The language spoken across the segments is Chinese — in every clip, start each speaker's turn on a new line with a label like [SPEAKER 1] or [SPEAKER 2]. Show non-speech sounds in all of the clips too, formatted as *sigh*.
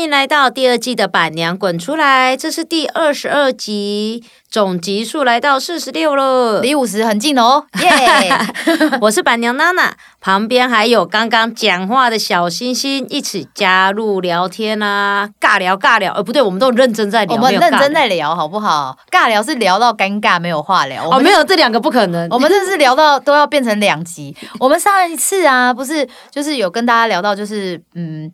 [SPEAKER 1] 迎来到第二季的《板娘滚出来》，这是第二十二集，总集数来到四十六了。
[SPEAKER 2] 离五十很近哦，耶、
[SPEAKER 1] *laughs* 我是板娘娜娜，旁边还有刚刚讲话的小星星，一起加入聊天啊，尬聊尬聊。呃，不对，我们都认真在聊，
[SPEAKER 2] 我们
[SPEAKER 1] 没有
[SPEAKER 2] 认
[SPEAKER 1] 尬
[SPEAKER 2] 真
[SPEAKER 1] 聊
[SPEAKER 2] 在聊好不好？尬聊是聊到尴尬，没有话聊。我
[SPEAKER 1] 哦，
[SPEAKER 2] 们、
[SPEAKER 1] 没有这两个不可能。
[SPEAKER 2] 我们真的是聊到都要变成两集。我们上一次啊，不是就是有跟大家聊到，就是嗯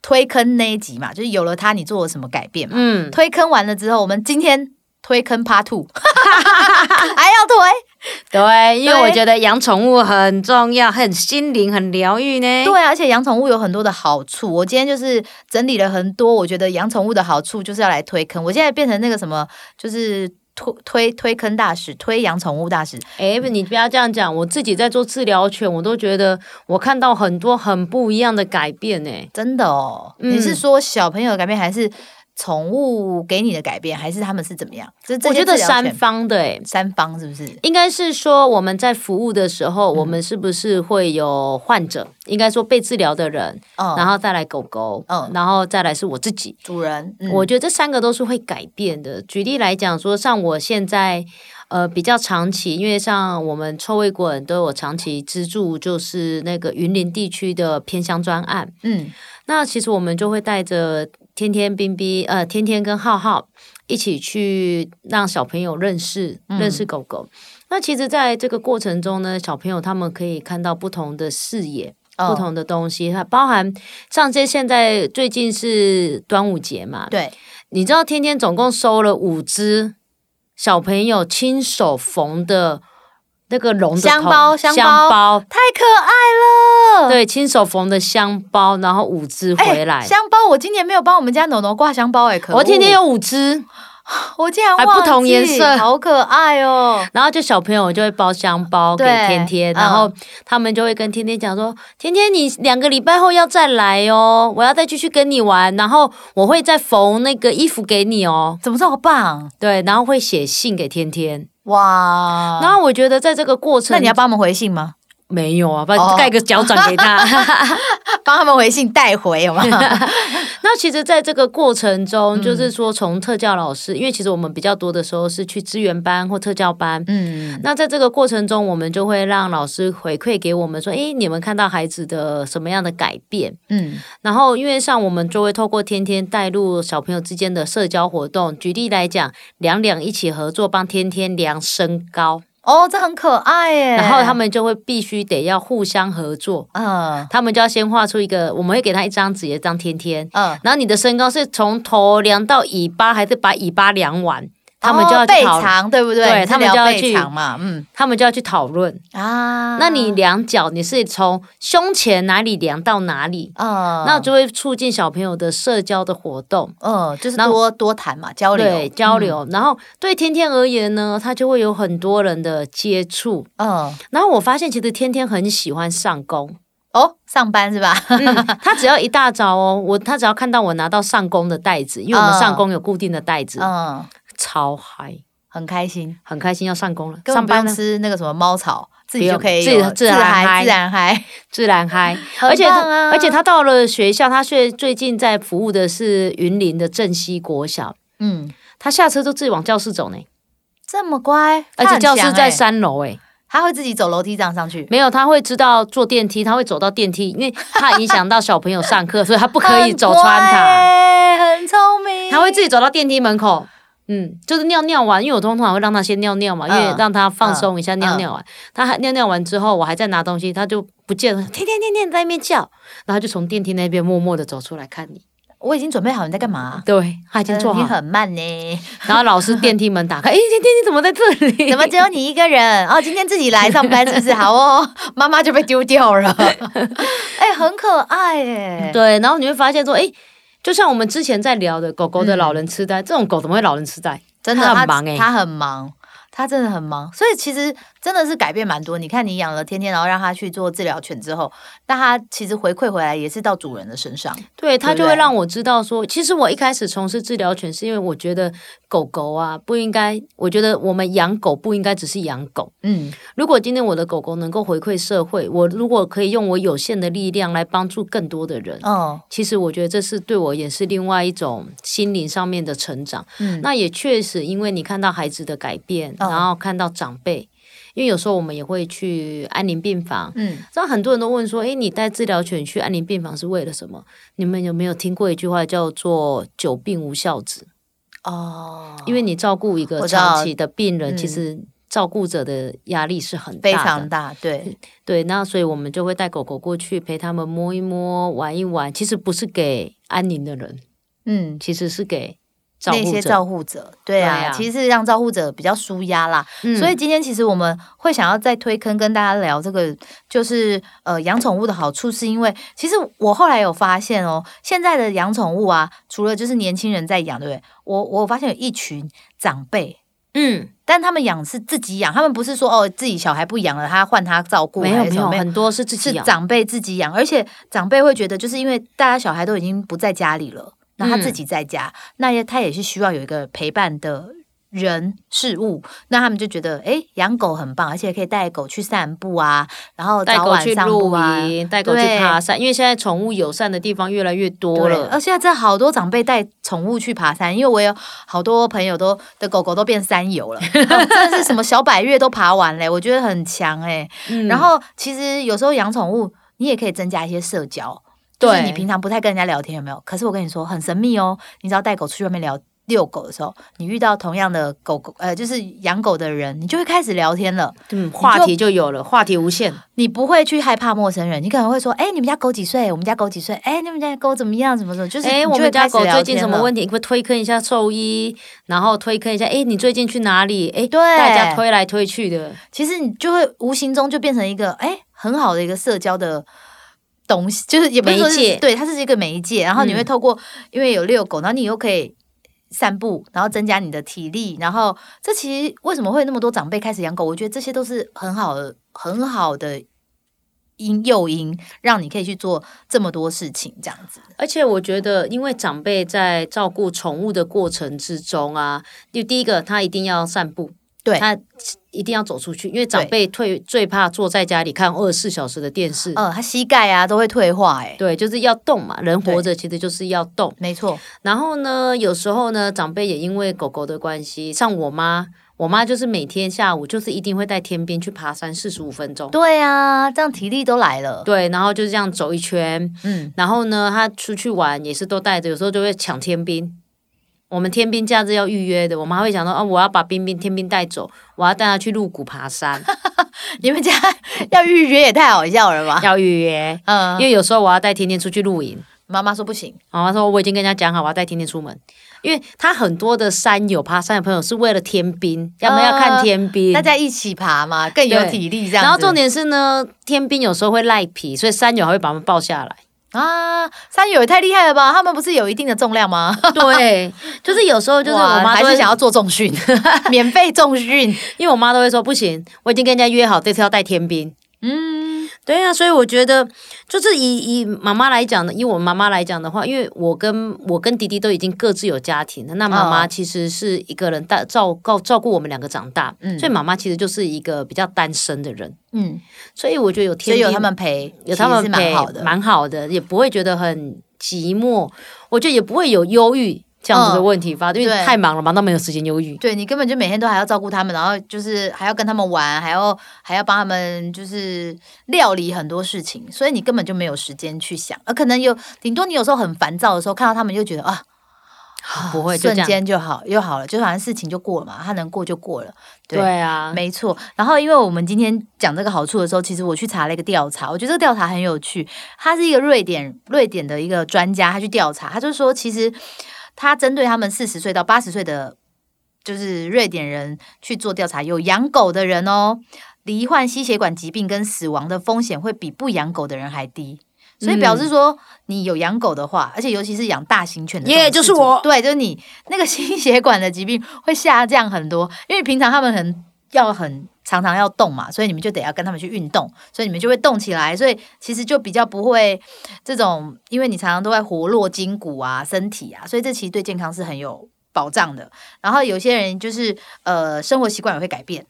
[SPEAKER 2] 推坑那一集嘛，就是有了它，你做了什么改变嘛？
[SPEAKER 1] 嗯，
[SPEAKER 2] 推坑完了之后，我们今天推坑 Part
[SPEAKER 1] *laughs*
[SPEAKER 2] Two，还要推。
[SPEAKER 1] 对，因为
[SPEAKER 2] 对
[SPEAKER 1] 我觉得养宠物很重要，很心灵，很疗愈呢。
[SPEAKER 2] 对啊，而且养宠物有很多的好处。我今天就是整理了很多，我觉得养宠物的好处就是要来推坑。我现在变成那个什么，就是推推推坑大使，推养宠物大使。
[SPEAKER 1] 哎，你不要这样讲，我自己在做治疗犬，我都觉得我看到很多很不一样的改变哎呢。
[SPEAKER 2] 真的哦，
[SPEAKER 1] 嗯
[SPEAKER 2] 你是说小朋友的改变，还是宠物给你的改变，还是他们是怎么样？就是这
[SPEAKER 1] 我
[SPEAKER 2] 些
[SPEAKER 1] 觉得
[SPEAKER 2] 治疗
[SPEAKER 1] 三
[SPEAKER 2] 犬
[SPEAKER 1] 方的哎，
[SPEAKER 2] 三方是不是？
[SPEAKER 1] 应该是说我们在服务的时候，我们是不是会有患者？应该说被治疗的人，然
[SPEAKER 2] 嗯，
[SPEAKER 1] 后再来狗狗，
[SPEAKER 2] 嗯
[SPEAKER 1] 然后再来是我自己。
[SPEAKER 2] 主人，嗯
[SPEAKER 1] 我觉得这三个都是会改变的。举例来讲说，像我现在呃比较长期，因为像我们臭味滚都有长期资助，就是那个云林地区的偏乡专案。
[SPEAKER 2] 嗯
[SPEAKER 1] 那其实我们就会带着天天、冰冰、呃天天跟浩浩一起去让小朋友认识、
[SPEAKER 2] 嗯
[SPEAKER 1] 认识狗狗。那其实，在这个过程中呢，小朋友他们可以看到不同的视野，
[SPEAKER 2] 哦
[SPEAKER 1] 不同的东西，它包含像这现在最近是端午节嘛，
[SPEAKER 2] 对，
[SPEAKER 1] 你知道天天总共收了五只小朋友亲手缝的那个笼的
[SPEAKER 2] 香
[SPEAKER 1] 头
[SPEAKER 2] 包香包
[SPEAKER 1] 包
[SPEAKER 2] 太可爱了。
[SPEAKER 1] 对，亲手缝的香包，然后五只
[SPEAKER 2] 哎，
[SPEAKER 1] 回来。
[SPEAKER 2] 香包，我今年没有帮我们家农农挂香包哎、可恶
[SPEAKER 1] 我天天，有五只，
[SPEAKER 2] 我竟然
[SPEAKER 1] 还
[SPEAKER 2] 忘
[SPEAKER 1] 不同
[SPEAKER 2] 记
[SPEAKER 1] 颜色
[SPEAKER 2] 好可爱
[SPEAKER 1] *laughs*
[SPEAKER 2] 哦、
[SPEAKER 1] 然后就小朋友就会包香包给
[SPEAKER 2] 对
[SPEAKER 1] 天天，
[SPEAKER 2] 嗯
[SPEAKER 1] 然后他们就会跟天天讲说：“天天，你两个礼拜后要再来哦，我要再继续跟你玩，然后我会再缝那个衣服给你哦。
[SPEAKER 2] 怎么这么棒”
[SPEAKER 1] 对，然后会写信给天天。
[SPEAKER 2] 哇？
[SPEAKER 1] 然后我觉得在这个过程，
[SPEAKER 2] 哦那你要帮我们回信吗？
[SPEAKER 1] 没有啊，不
[SPEAKER 2] 哦
[SPEAKER 1] 然盖个脚掌给他。
[SPEAKER 2] *laughs*
[SPEAKER 1] *laughs*
[SPEAKER 2] 帮他们回信带回有吗？
[SPEAKER 1] 那其实，在这个过程
[SPEAKER 2] 嗯
[SPEAKER 1] 中，就是说从特教老师，因为其实我们比较多的时候是去资源班或特教班。
[SPEAKER 2] 嗯，
[SPEAKER 1] 那在这个过程中，我们就会让老师回馈给我们说：“诶，你们看到孩子的什么样的改变？”
[SPEAKER 2] 嗯，
[SPEAKER 1] 然后，因为像我们就会透过天天带入小朋友之间的社交活动。举例来讲，两两一起合作帮天天量身高，
[SPEAKER 2] *laughs* 哦，这很可爱耶。
[SPEAKER 1] 然后他，们就会必须得要互相合作，
[SPEAKER 2] 嗯
[SPEAKER 1] 他们就要先画出一个，我们会给他一张纸，一张天天，
[SPEAKER 2] 嗯，
[SPEAKER 1] 然后你的身高是从头量到尾巴，还是把尾巴量完？他们就要
[SPEAKER 2] 哦
[SPEAKER 1] 去
[SPEAKER 2] 备
[SPEAKER 1] 讨论，
[SPEAKER 2] 藏，对不对？
[SPEAKER 1] 对
[SPEAKER 2] 你是
[SPEAKER 1] 他们
[SPEAKER 2] 聊
[SPEAKER 1] 就要
[SPEAKER 2] 备
[SPEAKER 1] 去
[SPEAKER 2] 藏嘛，嗯
[SPEAKER 1] 他们就要去讨论。
[SPEAKER 2] 啊
[SPEAKER 1] 那你量脚，你是从胸前哪里量到哪里？
[SPEAKER 2] 嗯，
[SPEAKER 1] 那就会促进小朋友的社交的活动，
[SPEAKER 2] 嗯，就是
[SPEAKER 1] 那
[SPEAKER 2] 多多谈嘛，交流，嗯
[SPEAKER 1] 对交流。然后对天天而言呢，他就会有很多人的接触。
[SPEAKER 2] 嗯，
[SPEAKER 1] 然后我发现，其实天天很喜欢上工，
[SPEAKER 2] 哦，上班是吧？
[SPEAKER 1] *laughs* 嗯，他只要一大早哦，我他只要看到我拿到上工的袋子，因为我们
[SPEAKER 2] 嗯
[SPEAKER 1] 上工有固定的袋子，
[SPEAKER 2] *laughs* 嗯，
[SPEAKER 1] 超嗨。
[SPEAKER 2] 很开心，
[SPEAKER 1] 很开心要上工了，
[SPEAKER 2] 根
[SPEAKER 1] 上
[SPEAKER 2] 本不
[SPEAKER 1] 班
[SPEAKER 2] 用
[SPEAKER 1] 了，
[SPEAKER 2] 吃那个什么猫草，自己
[SPEAKER 1] 不
[SPEAKER 2] 就
[SPEAKER 1] 用
[SPEAKER 2] 可以
[SPEAKER 1] 自
[SPEAKER 2] 有
[SPEAKER 1] 自然嗨
[SPEAKER 2] 嗨，自然嗨，
[SPEAKER 1] 自然嗨。
[SPEAKER 2] 很
[SPEAKER 1] 而且
[SPEAKER 2] 棒啊
[SPEAKER 1] 他，而且他到了学校，他最最近在服务的是云林的正西国小，
[SPEAKER 2] 嗯，
[SPEAKER 1] 他下车就自己往教室走呢，
[SPEAKER 2] 这么乖，
[SPEAKER 1] 而
[SPEAKER 2] 它
[SPEAKER 1] 且
[SPEAKER 2] 很
[SPEAKER 1] 教室
[SPEAKER 2] 强
[SPEAKER 1] 在
[SPEAKER 2] 欸，
[SPEAKER 1] 三楼诶，
[SPEAKER 2] 他会自己走楼梯这样上去，
[SPEAKER 1] 没有，他会知道坐电梯，他会走到电梯，因
[SPEAKER 2] *laughs*
[SPEAKER 1] 为怕影响到小朋友上课，所以他不可以走穿它，
[SPEAKER 2] 它，很聪明，
[SPEAKER 1] 他会自己走到电梯门口。嗯，就是尿尿完，因为我通常会让他先尿尿嘛，因为
[SPEAKER 2] 嗯
[SPEAKER 1] 让他放松一下尿尿完。他还尿尿完之后，我还在拿东西，他就不见了，天天天天在那边叫，然后就从电梯那边默默的走出来看你。
[SPEAKER 2] 我已经准备好，你在干嘛？
[SPEAKER 1] 对，他已经做
[SPEAKER 2] 呃嗯你
[SPEAKER 1] 好。
[SPEAKER 2] 很慢呢，
[SPEAKER 1] 然后老师电梯门打开，哎，电梯你怎么在这里？
[SPEAKER 2] 怎么只有你一
[SPEAKER 1] *laughs*
[SPEAKER 2] 个人？哦，今天自己来上班是不是？好哦，妈妈就被丢掉
[SPEAKER 1] *laughs*
[SPEAKER 2] 了。哎、很可爱哎。
[SPEAKER 1] 对，然后你会发现说，哎，就像我们
[SPEAKER 2] 嗯
[SPEAKER 1] 之前在聊的狗狗的老人痴呆，这种狗怎么会老人痴呆？
[SPEAKER 2] 真的，
[SPEAKER 1] 它
[SPEAKER 2] 他
[SPEAKER 1] 很忙哎
[SPEAKER 2] 他很忙，他真的很忙，所以其实真的是改变蛮多。你看，你养了天天，然后让他去做治疗犬之后，那他其实回馈回来也是到主人的身上。
[SPEAKER 1] 对他
[SPEAKER 2] 对不
[SPEAKER 1] 就会
[SPEAKER 2] 对
[SPEAKER 1] 让我知道说，其实我一开始从事治疗犬，是因为我觉得狗狗啊不应该，我觉得我们养狗不应该只是养狗。
[SPEAKER 2] 嗯，
[SPEAKER 1] 如果今天我的狗狗能够回馈社会，我如果可以用我有限的力量来帮助更多的人，
[SPEAKER 2] 哦，
[SPEAKER 1] 其实我觉得这是对我也是另外一种心灵上面的成长。
[SPEAKER 2] 嗯，
[SPEAKER 1] 那也确实，因为你看到孩子的改变，
[SPEAKER 2] 嗯
[SPEAKER 1] 然后看到长辈，因为有时候我们也会去安宁病房。
[SPEAKER 2] 嗯，
[SPEAKER 1] 知道很多人都问说：“诶，你带治疗犬去安宁病房是为了什么？”你们有没有听过一句话叫做“久病无孝子
[SPEAKER 2] 哦”？，
[SPEAKER 1] 因为你照顾一
[SPEAKER 2] 我
[SPEAKER 1] 个
[SPEAKER 2] 知道
[SPEAKER 1] 长期的病人，
[SPEAKER 2] 嗯
[SPEAKER 1] 其实照顾者的压力是很
[SPEAKER 2] 非
[SPEAKER 1] 大的。
[SPEAKER 2] 常大，对，
[SPEAKER 1] 对，那所以我们就会带狗狗过去陪他们摸一摸、玩一玩。其实不是给安宁的人，
[SPEAKER 2] 嗯。
[SPEAKER 1] 其实是给照
[SPEAKER 2] 那
[SPEAKER 1] 顾
[SPEAKER 2] 些
[SPEAKER 1] 者。
[SPEAKER 2] 照顾者，对啊，
[SPEAKER 1] 对啊
[SPEAKER 2] 其实是让照顾者比较舒压啦。
[SPEAKER 1] 嗯
[SPEAKER 2] 所以今天其实我们会想要再推坑跟大家聊这个，就是呃养宠物的好处，是因为其实我后来有发现哦，现在的养宠物啊，除了就是年轻人在养，对不对？我我发现有一群长辈。
[SPEAKER 1] 嗯，
[SPEAKER 2] 但他们养是自己养，他们不是说哦自己小孩不养了，他换他照顾
[SPEAKER 1] 没
[SPEAKER 2] 还
[SPEAKER 1] 有
[SPEAKER 2] 是
[SPEAKER 1] 没
[SPEAKER 2] 什么
[SPEAKER 1] 有，很多是自己
[SPEAKER 2] 是
[SPEAKER 1] 养。
[SPEAKER 2] 长辈自己养，而且长辈会觉得，就是因为大家小孩都已经不在家里了，那他自
[SPEAKER 1] 嗯
[SPEAKER 2] 己在家，那也他也是需要有一个陪伴的人事物，那他们就觉得，哎，养狗很棒，而且可以带狗去散步啊，然后
[SPEAKER 1] 带
[SPEAKER 2] 早
[SPEAKER 1] 狗
[SPEAKER 2] 晚
[SPEAKER 1] 去
[SPEAKER 2] 散
[SPEAKER 1] 露
[SPEAKER 2] 步啊。
[SPEAKER 1] 营，带狗去
[SPEAKER 2] 对
[SPEAKER 1] 爬山，因为现在宠物友善的地方越来越多
[SPEAKER 2] 对，
[SPEAKER 1] 了。
[SPEAKER 2] 而现在真的好多长辈带宠物去爬山，因为我有好多朋友都的狗狗都变山
[SPEAKER 1] *laughs*
[SPEAKER 2] 友了，然后真的是什么小百越都爬完嘞，我觉得很强哎、
[SPEAKER 1] 嗯
[SPEAKER 2] 然后其实有时候养宠物，你也可以增加一些社交，就是
[SPEAKER 1] 对
[SPEAKER 2] 你平常不太跟人家聊天，有没有？可是我跟你说很神秘哦，你只要带狗出去外面聊。遛狗的时候，你遇到同样的狗狗，呃，就是养狗的人，你就会开始聊天了。
[SPEAKER 1] 嗯，话题就有了，话题无限。
[SPEAKER 2] 你不会去害怕陌生人，你可能会说：“哎、你们家狗几岁？我们家狗几岁？哎、你们家狗怎么样？怎么怎么？”就是
[SPEAKER 1] 哎，
[SPEAKER 2] 你
[SPEAKER 1] 我
[SPEAKER 2] 就会
[SPEAKER 1] 们家
[SPEAKER 2] 开始
[SPEAKER 1] 狗
[SPEAKER 2] 聊
[SPEAKER 1] 最近什
[SPEAKER 2] 天
[SPEAKER 1] 么
[SPEAKER 2] 了
[SPEAKER 1] 问题？你会推坑一下兽医，然后推坑一下。哎，你最近去哪里？哎，
[SPEAKER 2] 对
[SPEAKER 1] 大家推来推去的。
[SPEAKER 2] 其实你就会无形中就变成一个哎、很好的一个社交的东西，就是也不是说是
[SPEAKER 1] 媒介
[SPEAKER 2] 对，它是一个媒介。然后你会透过、因为有遛狗，然后你又可以散步，然后增加你的体力。然后这其实为什么会有那么多长辈开始养狗？我觉得这些都是很好的、很好的因诱因，让你可以去做这么多事情，这样子。
[SPEAKER 1] 而且我觉得，因为长辈在照顾宠物的过程之中啊，就第一个他一定要散步，
[SPEAKER 2] 对
[SPEAKER 1] 他一定要走出去，因为长辈退最怕坐在家里看二十四小时的电视。
[SPEAKER 2] 呃，它膝盖啊都会退化、哎，
[SPEAKER 1] 对，就是要动嘛，人活着其实就是要动。
[SPEAKER 2] 没错，
[SPEAKER 1] 然后呢，有时候呢，长辈也因为狗狗的关系，像我妈，我妈就是每天下午就是一定会带天边去爬山四十五分钟，
[SPEAKER 2] 对啊，这样体力都来了。
[SPEAKER 1] 对，然后就这样走一圈。
[SPEAKER 2] 嗯， *laughs*
[SPEAKER 1] 然后呢，她出去玩也是都带着，有时候就会抢天冰。我们天冰假日要预约的，我妈会想说啊，我要把冰冰天冰带走，我要带她去鹿谷爬山，
[SPEAKER 2] 你们家要预约也太好笑了吧？
[SPEAKER 1] 要预约。
[SPEAKER 2] 嗯
[SPEAKER 1] 因为有时候我要带天天出去露营，
[SPEAKER 2] 妈妈说不行，
[SPEAKER 1] 妈妈说我已经跟人家讲好，我要带天天出门，因为她很多的山友爬山的朋友是为了天冰，要么要看天冰，
[SPEAKER 2] 哦大家一起爬嘛，更有
[SPEAKER 1] 对
[SPEAKER 2] 体力这样子。
[SPEAKER 1] 然后重点是呢，天兵有时候会赖皮，所以山友还会把他们抱
[SPEAKER 2] *laughs*
[SPEAKER 1] 下来。
[SPEAKER 2] 啊，山友也太厉害了吧？他们不是有一定的重量吗？
[SPEAKER 1] 对，就是有时候 *laughs* 就是
[SPEAKER 2] 哇
[SPEAKER 1] 我妈
[SPEAKER 2] 还
[SPEAKER 1] 都
[SPEAKER 2] 是
[SPEAKER 1] 会
[SPEAKER 2] 想要，做
[SPEAKER 1] *laughs*
[SPEAKER 2] 重训，免费重训。
[SPEAKER 1] 因为我妈都会说不行，我已经跟人家约好这次要带天兵。
[SPEAKER 2] 嗯，
[SPEAKER 1] 对啊，所以我觉得就是以以妈妈来讲的，以我妈妈来讲的话，因为我跟我跟弟弟都已经各自有家庭了，那妈妈
[SPEAKER 2] 哦
[SPEAKER 1] 其实是一个人带照顾照顾我们两个长大，
[SPEAKER 2] 嗯
[SPEAKER 1] 所以妈妈其实就是一个比较单身的人，
[SPEAKER 2] 嗯，
[SPEAKER 1] 所以我觉得有
[SPEAKER 2] 所
[SPEAKER 1] 天
[SPEAKER 2] 以
[SPEAKER 1] 兵
[SPEAKER 2] 有他们陪，
[SPEAKER 1] 有他
[SPEAKER 2] 其
[SPEAKER 1] 们
[SPEAKER 2] 实是
[SPEAKER 1] 陪
[SPEAKER 2] 蛮好的。
[SPEAKER 1] 蛮好的，也不会觉得很寂寞，我觉得也不会有忧郁这样子的问题发生，因为
[SPEAKER 2] 嗯对
[SPEAKER 1] 太忙了，忙到没有时间忧郁。
[SPEAKER 2] 对你根本就每天都还要照顾他们，然后就是还要跟他们玩，还要还要帮他们就是料理很多事情，所以你根本就没有时间去想。而可能有顶多你有时候很烦躁的时候，看到他们就觉得啊，
[SPEAKER 1] 不会就
[SPEAKER 2] 瞬
[SPEAKER 1] 这样
[SPEAKER 2] 间就好又好了，就好像事情就过了嘛，他能过就过了。对
[SPEAKER 1] 对啊，
[SPEAKER 2] 没错，然后因为我们今天讲这个好处的时候，其实我去查了一个调查，我觉得这个调查很有趣。他是一个瑞典瑞典的一个专家，他去调查，他就说其实他针对他们四十岁到八十岁的，就是瑞典人去做调查，有养狗的人哦，罹患心血管疾病跟死亡的风险会比不养狗的人还低。所以表示说你有养狗的话，而且尤其是养大型犬的这种
[SPEAKER 1] 耶
[SPEAKER 2] 事主，
[SPEAKER 1] 就是我
[SPEAKER 2] 对，就是你那个心血管的疾病会下降很多，因为平常他们很要很常常要动嘛，所以你们就得要跟他们去运动，所以你们就会动起来，所以其实就比较不会这种，因为你常常都在活络筋骨啊、身体啊，所以这其实对健康是很有保障的。然后有些人就是呃，生活习惯也会改变。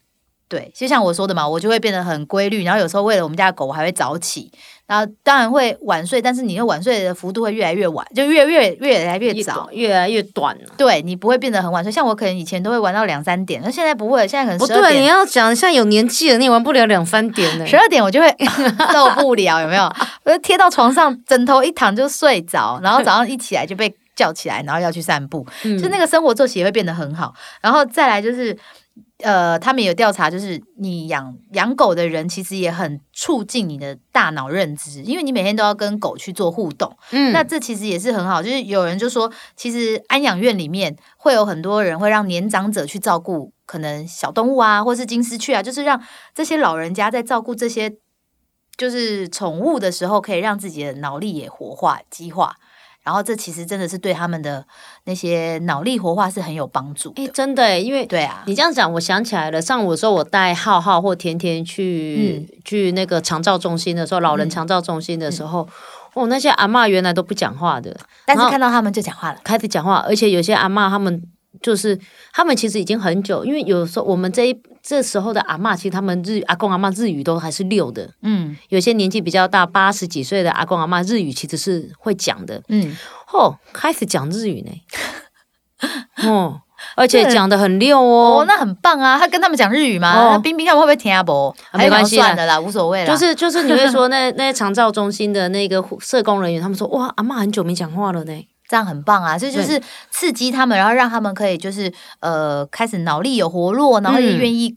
[SPEAKER 2] 对，就像我说的嘛，我就会变得很规律，然后有时候为了我们家的狗，我还会早起，然后当然会晚睡，但是你的晚睡的幅度会越来越晚，就越越越来越早，
[SPEAKER 1] 越来越短了。
[SPEAKER 2] 对你不会变得很晚睡。像我可能以前都会玩到两三点，那现在不会，现在可能
[SPEAKER 1] 不
[SPEAKER 2] 十二
[SPEAKER 1] 对，你
[SPEAKER 2] 点，
[SPEAKER 1] 要讲，现在有年纪了，你也玩不了两三点呢。
[SPEAKER 2] *laughs* 十二点我就会受不了，有没有？我就贴到床上，枕头一躺就睡着，然后早上一起来就被叫起来，然后要去散步。
[SPEAKER 1] 嗯
[SPEAKER 2] 就那个生活作息也会变得很好。然后再来就是，呃，他们有调查，就是你养养狗的人其实也很促进你的大脑认知，因为你每天都要跟狗去做互动。
[SPEAKER 1] 嗯
[SPEAKER 2] 那这其实也是很好，就是有人就说，其实安养院里面会有很多人会让年长者去照顾可能小动物啊，或是金丝雀啊，就是让这些老人家在照顾这些就是宠物的时候，可以让自己的脑力也活化、激化。然后这其实真的是对他们的那些脑力活化是很有帮助
[SPEAKER 1] 哎、
[SPEAKER 2] 的。
[SPEAKER 1] 真的耶，因为
[SPEAKER 2] 对啊，
[SPEAKER 1] 你这样讲，我想起来了。上午的时候，我带浩浩或甜甜去、
[SPEAKER 2] 嗯
[SPEAKER 1] 去那个长照中心的时候，老人长照中心的时候，哦，那些阿嬷原来都不讲话的，
[SPEAKER 2] 但是
[SPEAKER 1] 然后
[SPEAKER 2] 看到他们就讲话了。
[SPEAKER 1] 开始讲话，而且有些阿嬷他们就是他们其实已经很久，因为有时候我们这一这时候的阿嬷，其实他们日阿公阿嬷日语都还是溜的，
[SPEAKER 2] 嗯
[SPEAKER 1] 有些年纪比较大，八十几岁的阿公阿嬷日语其实是会讲的。
[SPEAKER 2] 嗯，
[SPEAKER 1] 哦，开始讲日语呢，
[SPEAKER 2] *laughs*
[SPEAKER 1] 哦，而且讲的很溜哦
[SPEAKER 2] 哦，那很棒啊！他跟他们讲日语吗？
[SPEAKER 1] 哦
[SPEAKER 2] 那冰冰看会不会听阿伯？
[SPEAKER 1] 啊没关系啦
[SPEAKER 2] 算的啦，无所谓啦。
[SPEAKER 1] 就是就是你会说那 *laughs* 那些长照中心的那个护社工人员，他们说哇，阿嬷很久没讲话了呢。
[SPEAKER 2] 这样很棒啊！所以就是刺激他们，然后让他们可以就是呃开始脑力有活络，然后也
[SPEAKER 1] 嗯
[SPEAKER 2] 愿意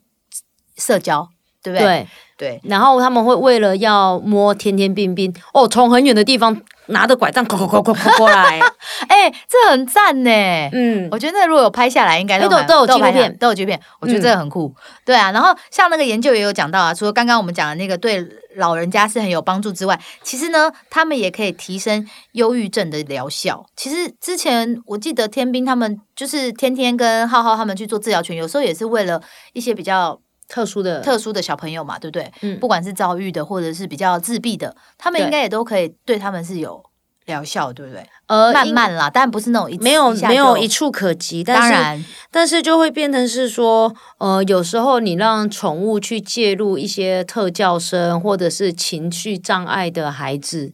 [SPEAKER 2] 社交，对不对？
[SPEAKER 1] 对，
[SPEAKER 2] 对
[SPEAKER 1] 然后他们会为了要摸天天冰冰，哦，从很远的地方拿着拐杖，扣扣扣扣扣过来。
[SPEAKER 2] *laughs* 哎、这很赞呢。
[SPEAKER 1] 嗯，
[SPEAKER 2] 我觉得那如果有拍下来，应该
[SPEAKER 1] 哎
[SPEAKER 2] 蛮
[SPEAKER 1] 都有都有纪录
[SPEAKER 2] 拍下来
[SPEAKER 1] 片
[SPEAKER 2] 都有纪录片，我觉得
[SPEAKER 1] 嗯
[SPEAKER 2] 这个很酷。对啊，然后像那个研究也有讲到啊，除了刚刚我们讲的那个对老人家是很有帮助之外，其实呢，他们也可以提升忧郁症的疗效。其实之前我记得天兵他们就是天天跟浩浩他们去做治疗群，有时候也是为了一些比较
[SPEAKER 1] 特殊的
[SPEAKER 2] 特殊的小朋友嘛，对不对？
[SPEAKER 1] 嗯
[SPEAKER 2] 不管是躁郁的，或者是比较自闭的，他们
[SPEAKER 1] 对
[SPEAKER 2] 应该也都可以对他们是有疗效，对不对？
[SPEAKER 1] 呃
[SPEAKER 2] 慢
[SPEAKER 1] 因
[SPEAKER 2] 慢啦，但不是那种一次
[SPEAKER 1] 没有
[SPEAKER 2] 一下
[SPEAKER 1] 没有
[SPEAKER 2] 就
[SPEAKER 1] 一触可及，
[SPEAKER 2] 当
[SPEAKER 1] 但是
[SPEAKER 2] 然，
[SPEAKER 1] 但是就会变成是说，呃，有时候你让宠物去介入一些特教生或者是情绪障碍的孩子。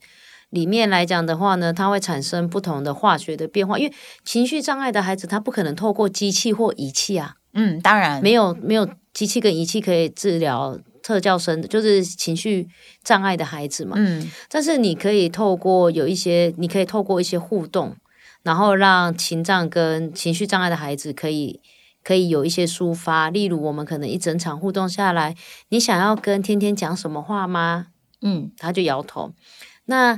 [SPEAKER 1] 里面来讲的话呢，它会产生不同的化学的变化，因为情绪障碍的孩子他不可能透过机器或仪器啊，
[SPEAKER 2] 嗯，当然
[SPEAKER 1] 没有没有机器跟仪器可以治疗特教生，就是情绪障碍的孩子嘛。
[SPEAKER 2] 嗯，
[SPEAKER 1] 但是你可以透过有一些，你可以透过一些互动，然后让情障跟情绪障碍的孩子可以可以有一些抒发。例如，我们可能一整场互动下来，你想要跟天天讲什么话吗？
[SPEAKER 2] 嗯，
[SPEAKER 1] 他就摇头。那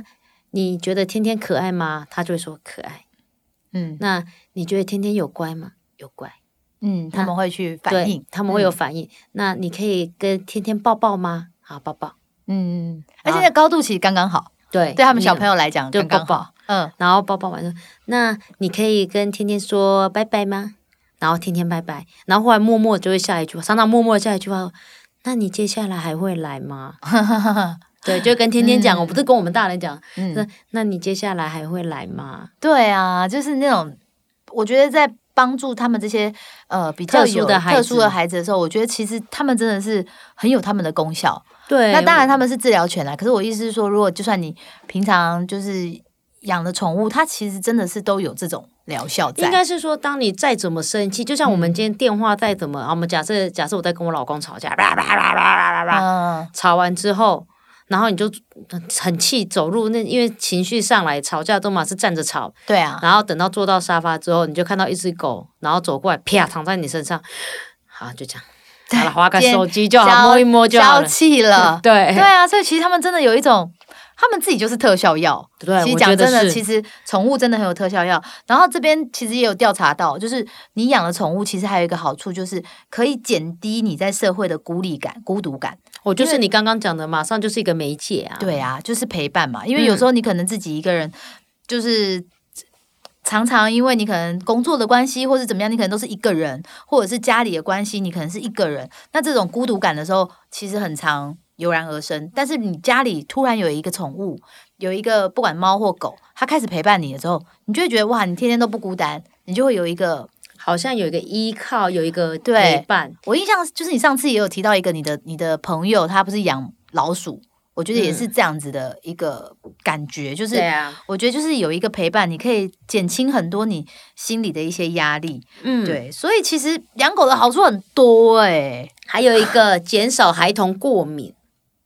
[SPEAKER 1] 你觉得天天可爱吗？他就会说可爱。
[SPEAKER 2] 嗯
[SPEAKER 1] 那你觉得天天有乖吗？有乖。
[SPEAKER 2] 嗯，他们会去
[SPEAKER 1] 啊对
[SPEAKER 2] 反应，
[SPEAKER 1] 他们会有
[SPEAKER 2] 嗯
[SPEAKER 1] 反应。那你可以跟天天抱抱吗？好，抱抱。
[SPEAKER 2] 嗯，嗯而且那个高度其实刚刚好，
[SPEAKER 1] 啊对，
[SPEAKER 2] 对他们
[SPEAKER 1] 你
[SPEAKER 2] 小朋友来讲
[SPEAKER 1] 就
[SPEAKER 2] 刚刚
[SPEAKER 1] 抱
[SPEAKER 2] 好，嗯，
[SPEAKER 1] 然后抱抱完说，那你可以跟天天说拜拜吗？然后天天拜拜，然后后来默默就会下一句话，常常默默地下一句话，那你接下来还会来吗？
[SPEAKER 2] *laughs*
[SPEAKER 1] 对，就跟天天讲，
[SPEAKER 2] 嗯
[SPEAKER 1] 我不是跟我们大人讲，那
[SPEAKER 2] 嗯，
[SPEAKER 1] 那你接下来还会来吗？
[SPEAKER 2] 对啊，就是那种我觉得在帮助他们这些呃比较
[SPEAKER 1] 特殊
[SPEAKER 2] 有
[SPEAKER 1] 的孩
[SPEAKER 2] 特殊
[SPEAKER 1] 子
[SPEAKER 2] 的孩子的时候，我觉得其实他们真的是很有他们的功效，
[SPEAKER 1] 对，
[SPEAKER 2] 那当然
[SPEAKER 1] 他
[SPEAKER 2] 他们是治疗犬啦，可是我意思是说，如果就算你平常就是养的宠物，它其实真的是都有这种疗效在。嗯
[SPEAKER 1] 应该是说，当你再怎么生气，就像我们今天电话再怎么，啊我们假设假设我在跟我老公吵架，啦啦啦啦啦啦啦，
[SPEAKER 2] 嗯，
[SPEAKER 1] 吵完之后，然后你就很气走路，那因为情绪上来，吵架都嘛是站着吵，
[SPEAKER 2] 对
[SPEAKER 1] *laughs*
[SPEAKER 2] 啊，
[SPEAKER 1] 然后等到坐到沙发之后，你就看到一只狗，然后走过来，啪，躺在你身上，好，就这样，好了，划个
[SPEAKER 2] 见
[SPEAKER 1] 手机就好，
[SPEAKER 2] 消
[SPEAKER 1] 摸一摸就好
[SPEAKER 2] 消
[SPEAKER 1] 了。。
[SPEAKER 2] 气了
[SPEAKER 1] 对
[SPEAKER 2] 对啊，所以其实他们真的有一种，他们自己就是特效药。
[SPEAKER 1] 对，
[SPEAKER 2] 其实
[SPEAKER 1] 我
[SPEAKER 2] 讲
[SPEAKER 1] 觉得
[SPEAKER 2] 真的，
[SPEAKER 1] 是
[SPEAKER 2] 其实宠物真的很有特效药。然后这边其实也有调查到，就是你养的宠物其实还有一个好处，就是可以减低你在社会的孤立感、孤独感。
[SPEAKER 1] 我就
[SPEAKER 2] 因为
[SPEAKER 1] 是你刚刚讲的，马上就是一个媒介啊。
[SPEAKER 2] 对啊，就是陪伴嘛，因为有时候你可能自己一个人，就是。常常因为你可能工作的关系，或是怎么样，你可能都是一个人，或者是家里的关系，你可能是一个人。那这种孤独感的时候，其实很常油然而生。但是你家里突然有一个宠物，有一个不管猫或狗，它开始陪伴你的时候，你就会觉得哇，你天天都不孤单，你就会有一个。
[SPEAKER 1] 好像有一个依靠，有一个
[SPEAKER 2] 对
[SPEAKER 1] 陪伴。
[SPEAKER 2] 我印象就是你上次也有提到一个你的你的朋友，他不是养老鼠，我觉得也是这样子的一个感觉，就是
[SPEAKER 1] 啊，
[SPEAKER 2] 我觉得就是有一个陪伴，你可以减轻很多你心里的一些压力。
[SPEAKER 1] 嗯，。
[SPEAKER 2] 对，所以其实养狗的好处很多哎、
[SPEAKER 1] 还有一
[SPEAKER 2] *laughs*
[SPEAKER 1] 个减少孩童过敏，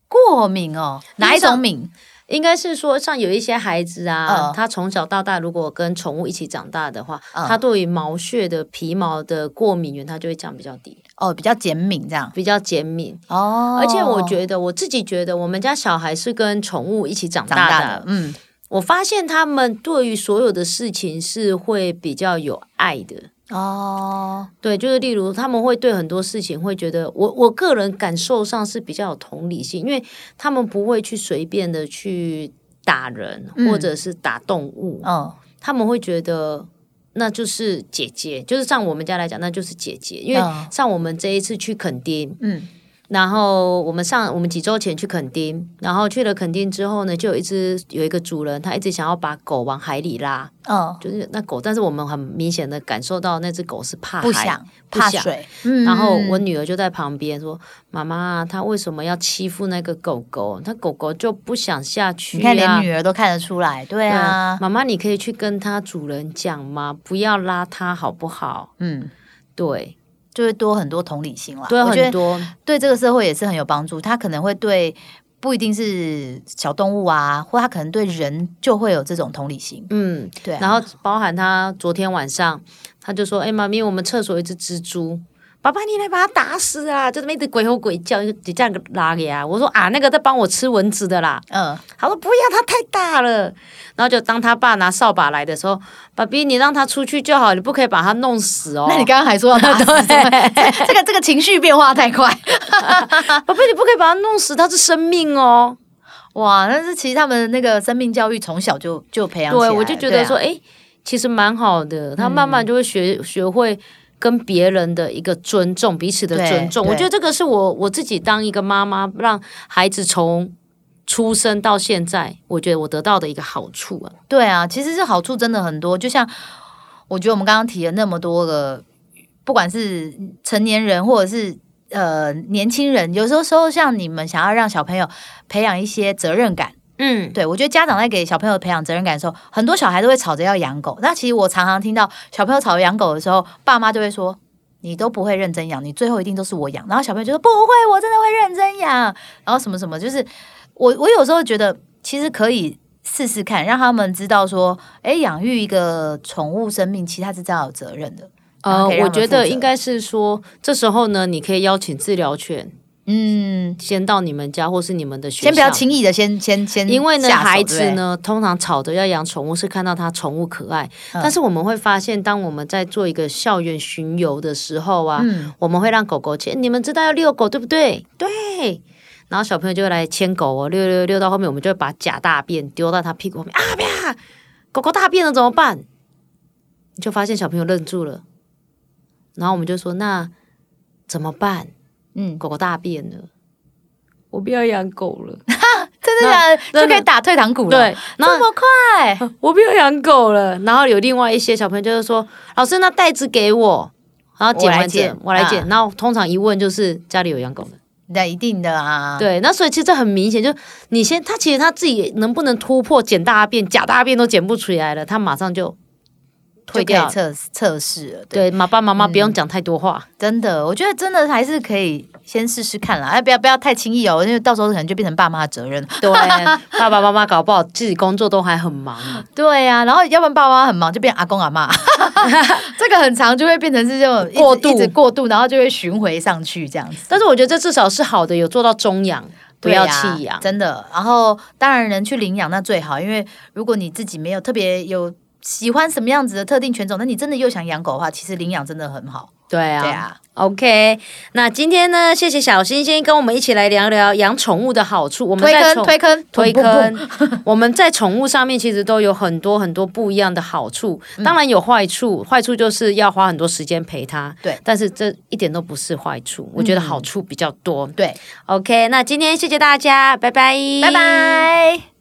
[SPEAKER 2] 过敏哦，哪一种敏？
[SPEAKER 1] 应该是说像有一些孩子啊，
[SPEAKER 2] 嗯
[SPEAKER 1] 他从小到大如果跟宠物一起长大的话，
[SPEAKER 2] 嗯
[SPEAKER 1] 他对于毛屑的皮毛的过敏源，他就会降比较低，
[SPEAKER 2] 哦，比较减敏这样
[SPEAKER 1] 比较减敏。
[SPEAKER 2] 哦。
[SPEAKER 1] 而且我觉得我自己觉得，我们家小孩是跟宠物一起长
[SPEAKER 2] 长
[SPEAKER 1] 大的，
[SPEAKER 2] 大的，嗯，
[SPEAKER 1] 我发现他们对于所有的事情是会比较有爱的。
[SPEAKER 2] 哦，
[SPEAKER 1] 对，就是例如他们会对很多事情会觉得，我我个人感受上是比较有同理心，因为他们不会去随便的去打人、
[SPEAKER 2] 嗯
[SPEAKER 1] 或者是打动物，
[SPEAKER 2] 嗯，
[SPEAKER 1] 他们会觉得那就是姐姐，就是像我们家来讲，那就是姐姐，因为
[SPEAKER 2] 嗯
[SPEAKER 1] 像我们这一次去垦丁，
[SPEAKER 2] 嗯，
[SPEAKER 1] 然后我们上我们几周前去垦丁，然后去了垦丁之后呢，就有一只有一个主人，他一直想要把狗往海里拉，
[SPEAKER 2] 嗯，
[SPEAKER 1] 就是那狗，但是我们很明显的感受到那只狗是怕海，
[SPEAKER 2] 不想
[SPEAKER 1] 不
[SPEAKER 2] 怕
[SPEAKER 1] 想
[SPEAKER 2] 水，嗯
[SPEAKER 1] 然后我女儿就在旁边说：“妈妈，她为什么要欺负那个狗狗？她狗狗就不想下去、啊。”
[SPEAKER 2] 你看连女儿都看得出来，对
[SPEAKER 1] 对
[SPEAKER 2] 啊，
[SPEAKER 1] 妈妈，你可以去跟它主人讲吗？不要拉它好不好？
[SPEAKER 2] 嗯，
[SPEAKER 1] 对，
[SPEAKER 2] 就会多很多同理心了。
[SPEAKER 1] 对，
[SPEAKER 2] 我觉得
[SPEAKER 1] 很多
[SPEAKER 2] 对这个社会也是很有帮助。它可能会对不一定是小动物啊，或它可能对人就会有这种同理心。
[SPEAKER 1] 嗯，
[SPEAKER 2] 对啊、
[SPEAKER 1] 然后包含他昨天晚上，他就说：“哎、妈咪，我们厕所有一只蜘蛛，爸爸你来把它打死啊！”就这么一直鬼吼鬼叫，就这样拉给啊。我说：“啊，那个在帮我吃蚊子的啦。”
[SPEAKER 2] 嗯，
[SPEAKER 1] 他说不要，它太大了。然后就当他爸拿扫把来的时候，爸比，你让他出去就好，你不可以把它弄死哦。
[SPEAKER 2] 那你刚刚还
[SPEAKER 1] *laughs*
[SPEAKER 2] 说要打死这这个这个情绪变化太快，
[SPEAKER 1] 爸比，你不可以把它弄死，它是生命哦。
[SPEAKER 2] 哇！但是其实他们那个生命教育从小就就培养起来，
[SPEAKER 1] 对，我就觉得说，
[SPEAKER 2] 对啊嗯
[SPEAKER 1] 哎、其实蛮好的，他慢慢就会学、学会。跟别人的一个尊重，彼此的
[SPEAKER 2] 对
[SPEAKER 1] 尊重，
[SPEAKER 2] 对
[SPEAKER 1] 我觉得这个是我我自己当一个妈妈，让孩子从出生到现在，我觉得我得到的一个好处啊。
[SPEAKER 2] 对啊，其实是好处真的很多。就像我觉得我们刚刚提了那么多个，不管是成年人或者是呃年轻人，有时候时候像你们想要让小朋友培养一些责任感。
[SPEAKER 1] 嗯，
[SPEAKER 2] 对，我觉得家长在给小朋友培养责任感的时候，很多小孩都会吵着要养狗。那其实我常常听到小朋友吵着养狗的时候，爸妈就会说：“你都不会认真养，你最后一定都是我养。”然后小朋友就说：“不会，我真的会认真养。”然后什么什么，就是我我有时候觉得其实可以试试看，让他们知道说，哎，养育一个宠物生命，其实它是真的有责任的。然
[SPEAKER 1] 呃
[SPEAKER 2] 后可以，让
[SPEAKER 1] 我
[SPEAKER 2] 他
[SPEAKER 1] 觉
[SPEAKER 2] 负责
[SPEAKER 1] 得应该是说，这时候呢，你可以邀请治疗犬，
[SPEAKER 2] 嗯，
[SPEAKER 1] 先到你们家或是你们的学校，
[SPEAKER 2] 先不要轻易的先先先，
[SPEAKER 1] 因为呢，
[SPEAKER 2] 下手
[SPEAKER 1] 孩
[SPEAKER 2] 对
[SPEAKER 1] 子
[SPEAKER 2] 不对
[SPEAKER 1] 呢通常吵着要养宠物是看到他宠物可爱，
[SPEAKER 2] 嗯
[SPEAKER 1] 但是我们会发现，当我们在做一个校园巡游的时候啊，
[SPEAKER 2] 嗯
[SPEAKER 1] 我们会让狗狗牵，你们知道要遛狗对不对？对。然后小朋友就会来牵狗哦，遛遛遛到后面，我们就会把假大便丢到他屁股后面啊！不要，狗狗大便了怎么办？你就发现小朋友愣住了，然后我们就说那怎么办？
[SPEAKER 2] 嗯，
[SPEAKER 1] 狗狗大便了，我不要养狗了。
[SPEAKER 2] 真的假的
[SPEAKER 1] 那
[SPEAKER 2] 就可以打退堂鼓了。
[SPEAKER 1] 对，然后
[SPEAKER 2] 这么快？
[SPEAKER 1] *laughs* 我不要养狗了。然后有另外一些小朋友就是说，老师那袋子给我，然后捡完之后我
[SPEAKER 2] 我
[SPEAKER 1] 来
[SPEAKER 2] 来捡嗯
[SPEAKER 1] 捡。然后通常一问就是家里有养狗的，
[SPEAKER 2] 那一定的啊，，
[SPEAKER 1] 对。那所以其实这很明显，就你先他其实他自己能不能突破捡大便、假大便都捡不出来了，他马上就退
[SPEAKER 2] 就
[SPEAKER 1] 掉
[SPEAKER 2] 可以。嗯测测试了。对，
[SPEAKER 1] 对，爸爸妈妈不用讲太多话，
[SPEAKER 2] 真的，我觉得真的还是可以先试试看啦。哎，不要不要太轻易哦，因为到时候可能就变成爸妈的责任。
[SPEAKER 1] 对， *laughs* 爸爸妈妈搞不好自己工作都还很
[SPEAKER 2] *laughs*
[SPEAKER 1] 忙呢。
[SPEAKER 2] 对呀、然后要不然爸妈很忙，就变阿公
[SPEAKER 1] *laughs*
[SPEAKER 2] 阿妈，这个很长就会变成是这种一直
[SPEAKER 1] 过度
[SPEAKER 2] 一直过度，然后就会巡回上去这样子。
[SPEAKER 1] 但是我觉得这至少是好的，有做到中养，不
[SPEAKER 2] 对
[SPEAKER 1] 要
[SPEAKER 2] 呀
[SPEAKER 1] 弃养。
[SPEAKER 2] 真的。然后当然人去领养那最好，因为如果你自己没有特别有喜欢什么样子的特定犬种，那你真的又想养狗的话，其实领养真的很好。
[SPEAKER 1] 对啊，
[SPEAKER 2] 对啊，
[SPEAKER 1] OK，那今天呢，谢谢小星星跟我们一起来聊聊养宠物的好处。我们
[SPEAKER 2] 推
[SPEAKER 1] 在
[SPEAKER 2] 坑
[SPEAKER 1] 宠
[SPEAKER 2] 推坑
[SPEAKER 1] 推
[SPEAKER 2] 砰砰砰
[SPEAKER 1] 坑， *laughs* 我们在宠物上面其实都有很多很多不一样的好处，当然有坏处，坏处就是要花很多时间陪它。
[SPEAKER 2] 对
[SPEAKER 1] 但是这一点都不是坏处，我觉得好处比较多。
[SPEAKER 2] 对，
[SPEAKER 1] OK，那今天谢谢大家，拜拜，
[SPEAKER 2] 拜拜。